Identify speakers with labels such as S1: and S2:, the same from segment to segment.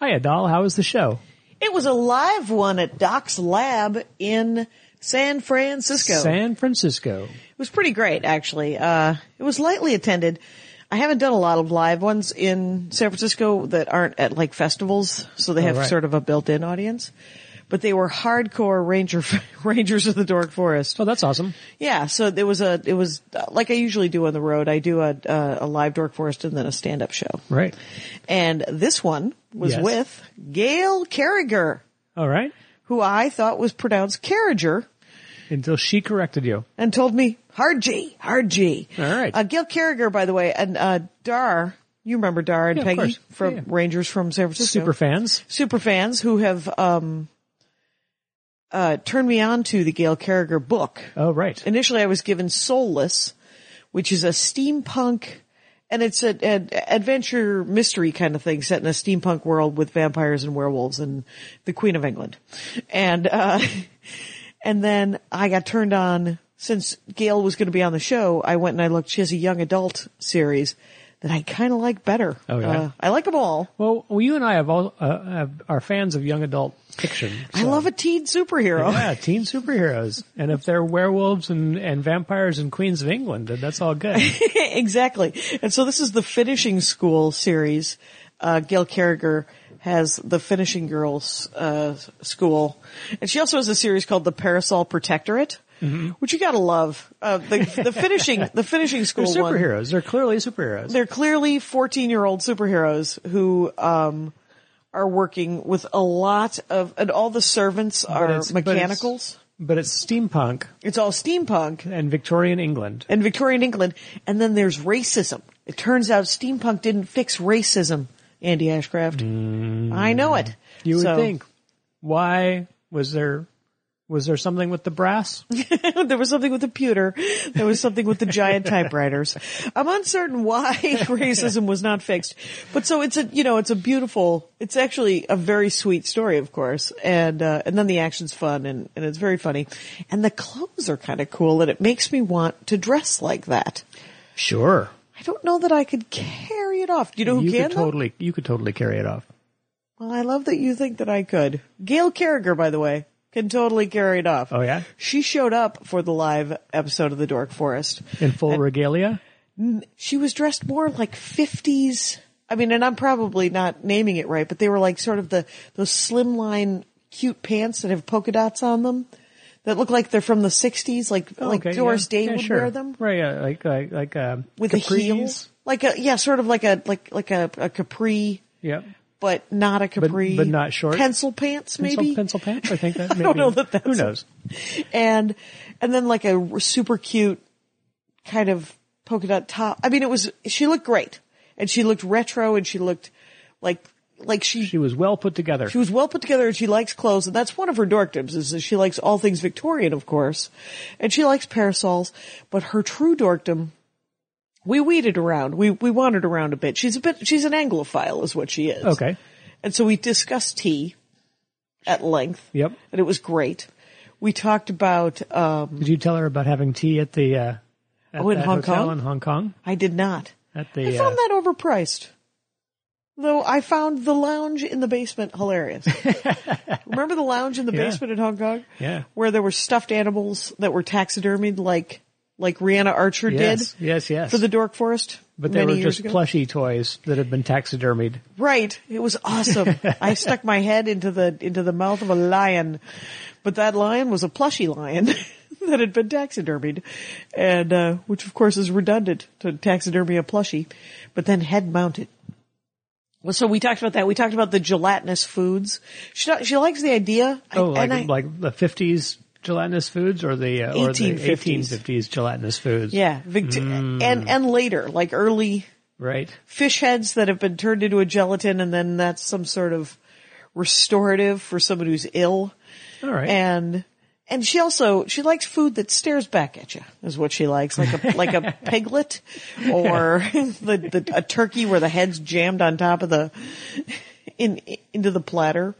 S1: Hiya, doll. How was the show?
S2: It was a live one at Doc's lab in San Francisco.
S1: San Francisco.
S2: it was pretty great, actually. Uh, it was lightly attended. I haven't done a lot of live ones in San Francisco that aren't at like festivals, so they have
S1: right.
S2: sort of a built-in audience. But they were hardcore ranger rangers of the dark forest.
S1: Oh, that's awesome.
S2: Yeah, so there was a it was uh, like I usually do on the road. I do a uh, a, a live dork forest and then a stand up show.
S1: Right.
S2: And this one was
S1: Yes.
S2: with Gail Carriger,
S1: All right.
S2: who I thought was pronounced Carriger
S1: Until she corrected you.
S2: and told me hard G, hard G.
S1: All right.
S2: Uh, Gail Carriger, by the way, and uh, Dar, you remember Dar and
S1: Yeah, of
S2: Peggy
S1: course.
S2: from
S1: Yeah.
S2: Rangers from San Francisco,
S1: Super fans.
S2: super fans who have um uh turned me on to the Gail Carriger book.
S1: Oh, right.
S2: initially I was given Soulless, which is a steampunk, and it's an adventure mystery kind of thing set in a steampunk world with vampires and werewolves and the Queen of England. And, uh, and then I got turned on since Gail was going to be on the show. I went and I looked, she has a young adult series that I kind of like better.
S1: Oh, yeah?
S2: Uh, I like them all.
S1: Well, you and I have all uh, have, are fans of young adult fiction.
S2: I love a teen superhero.
S1: Yeah, teen superheroes, and if they're werewolves and, and vampires and queens of England, then that's all good.
S2: exactly. And so this is the finishing school series. Uh, Gail Carriger has the finishing girls, uh, school. And she also has a series called the Parasol Protectorate, which you gotta love. Uh, the, the finishing, the finishing
S1: Mm-hmm. They're
S2: school one.
S1: superheroes. They're clearly superheroes.
S2: They're clearly 14 year old superheroes who, um, are working with a lot of, and all the servants are
S1: it's- but it's-
S2: mechanicals.
S1: but it's steampunk
S2: it's all steampunk.
S1: and Victorian England.
S2: and Victorian England, and then there's racism. It turns out steampunk didn't fix racism, Andy Ashcraft. I know it.
S1: Mm. You would
S2: So,
S1: think why was there was there something with the brass?
S2: there was something with the pewter. There was something with the giant typewriters. I'm uncertain why racism was not fixed, but so it's a you know it's a beautiful. It's actually a very sweet story, of course, and uh, and then the action's fun and and it's very funny, and the clothes are kind of cool, and it makes me want to dress like that.
S1: Sure,
S2: I don't know that I could carry it off. Do you know who
S1: you
S2: can?
S1: could
S2: though?
S1: totally you could totally carry it off.
S2: Well, I love that you think that I could. Gail Carriger, by the way, can totally carry it off.
S1: Oh yeah,
S2: She showed up for the live episode of The Dork Forest.
S1: in full regalia.
S2: She was dressed more like 50s. I mean, and I'm probably not naming it right, but they were like sort of the, those slimline cute pants that have polka dots on them that look like they're from the 60s, like, like
S1: Oh, Okay,
S2: Doris
S1: yeah.
S2: Day
S1: Yeah,
S2: would
S1: sure.
S2: wear them
S1: Right, yeah, like like like um,
S2: with
S1: capris.
S2: a heel. Like a, yeah, sort of like a, like, like a, a capri,
S1: Yep.
S2: but not a capri.
S1: but not short?
S2: Pencil pants, maybe?
S1: Pencil, pencil pants. I think that. Maybe,
S2: don't know that
S1: who
S2: that's-
S1: knows.
S2: and and then like a super cute kind of polka dot top. I mean, it was she looked great, and she looked retro, and she looked like like she
S1: She
S2: she,
S1: was well put together.
S2: was well put together, and she likes clothes, and that's one of her dorkdoms is that she likes all things Victorian, of course, and she likes parasols, but her true dorkdom. We weeded around. We we wandered around a bit. She's a bit. She's an Anglophile, is what she is.
S1: okay.
S2: And so we discussed tea at length,
S1: Yep.
S2: and it was great. We talked about um,
S1: Did you tell her about having tea at the uh, at
S2: Oh, in
S1: that
S2: Hong
S1: hotel
S2: Kong?
S1: in Hong Kong?
S2: I did not.
S1: At
S2: I
S1: the uh,
S2: found that overpriced. Though I found the lounge in the basement hilarious. Remember the lounge in the
S1: Yeah.
S2: basement in Hong Kong?
S1: Yeah.
S2: Where there were stuffed animals that were taxidermied like like Rihanna Archer
S1: yes,
S2: did
S1: yes, yes.
S2: for the Dork Forest.
S1: but they
S2: many
S1: were
S2: years
S1: just
S2: ago.
S1: plushy toys that had been taxidermied.
S2: Right. It was awesome. I stuck my head into the into the mouth of a lion, but that lion was a plushy lion that had been taxidermied, and uh, which of course is redundant to taxidermy a plushie, but then head mounted. Well, so we talked about that. We talked about the gelatinous foods. She she likes the idea. I-
S1: Oh, like
S2: and I-
S1: like the fifties gelatinous foods or the uh, or the
S2: 1850s.
S1: eighteen fifties gelatinous foods.
S2: yeah, Vict-
S1: Mm.
S2: and and later like early
S1: Right.
S2: fish heads that have been turned into a gelatin, and then that's some sort of restorative for someone who's ill.
S1: All right.
S2: and and she also she likes food that stares back at you is what she likes like a like a piglet or the, the a turkey where the head's jammed on top of the in into the platter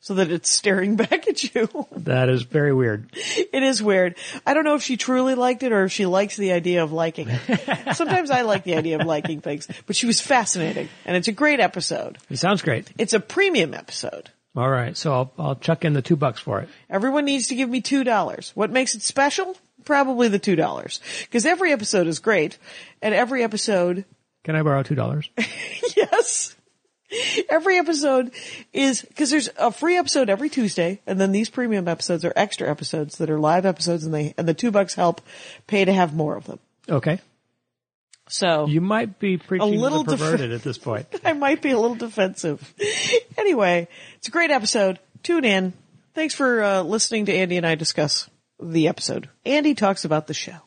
S2: so that it's staring back at you.
S1: That is very weird.
S2: it is weird. I don't know if she truly liked it or if she likes the idea of liking it. Sometimes I like the idea of liking things, but she was fascinating and it's a great episode.
S1: It sounds great.
S2: It's a premium episode.
S1: All right. So I'll, I'll chuck in the two bucks for it.
S2: Everyone needs to give me two dollars. What makes it special? Probably the two dollars. Cause every episode is great and every episode,
S1: Can I borrow two dollars?
S2: yes. Every episode is, cause there's a free episode every Tuesday and then these premium episodes are extra episodes that are live episodes and they, and the two bucks help pay to have more of them.
S1: Okay.
S2: So
S1: You might be preaching
S2: A little
S1: to the
S2: def-
S1: perverted at this point.
S2: I might be a little defensive. anyway, it's a great episode. Tune in. Thanks for uh, listening to Andy and I discuss the episode. Andy talks about the show.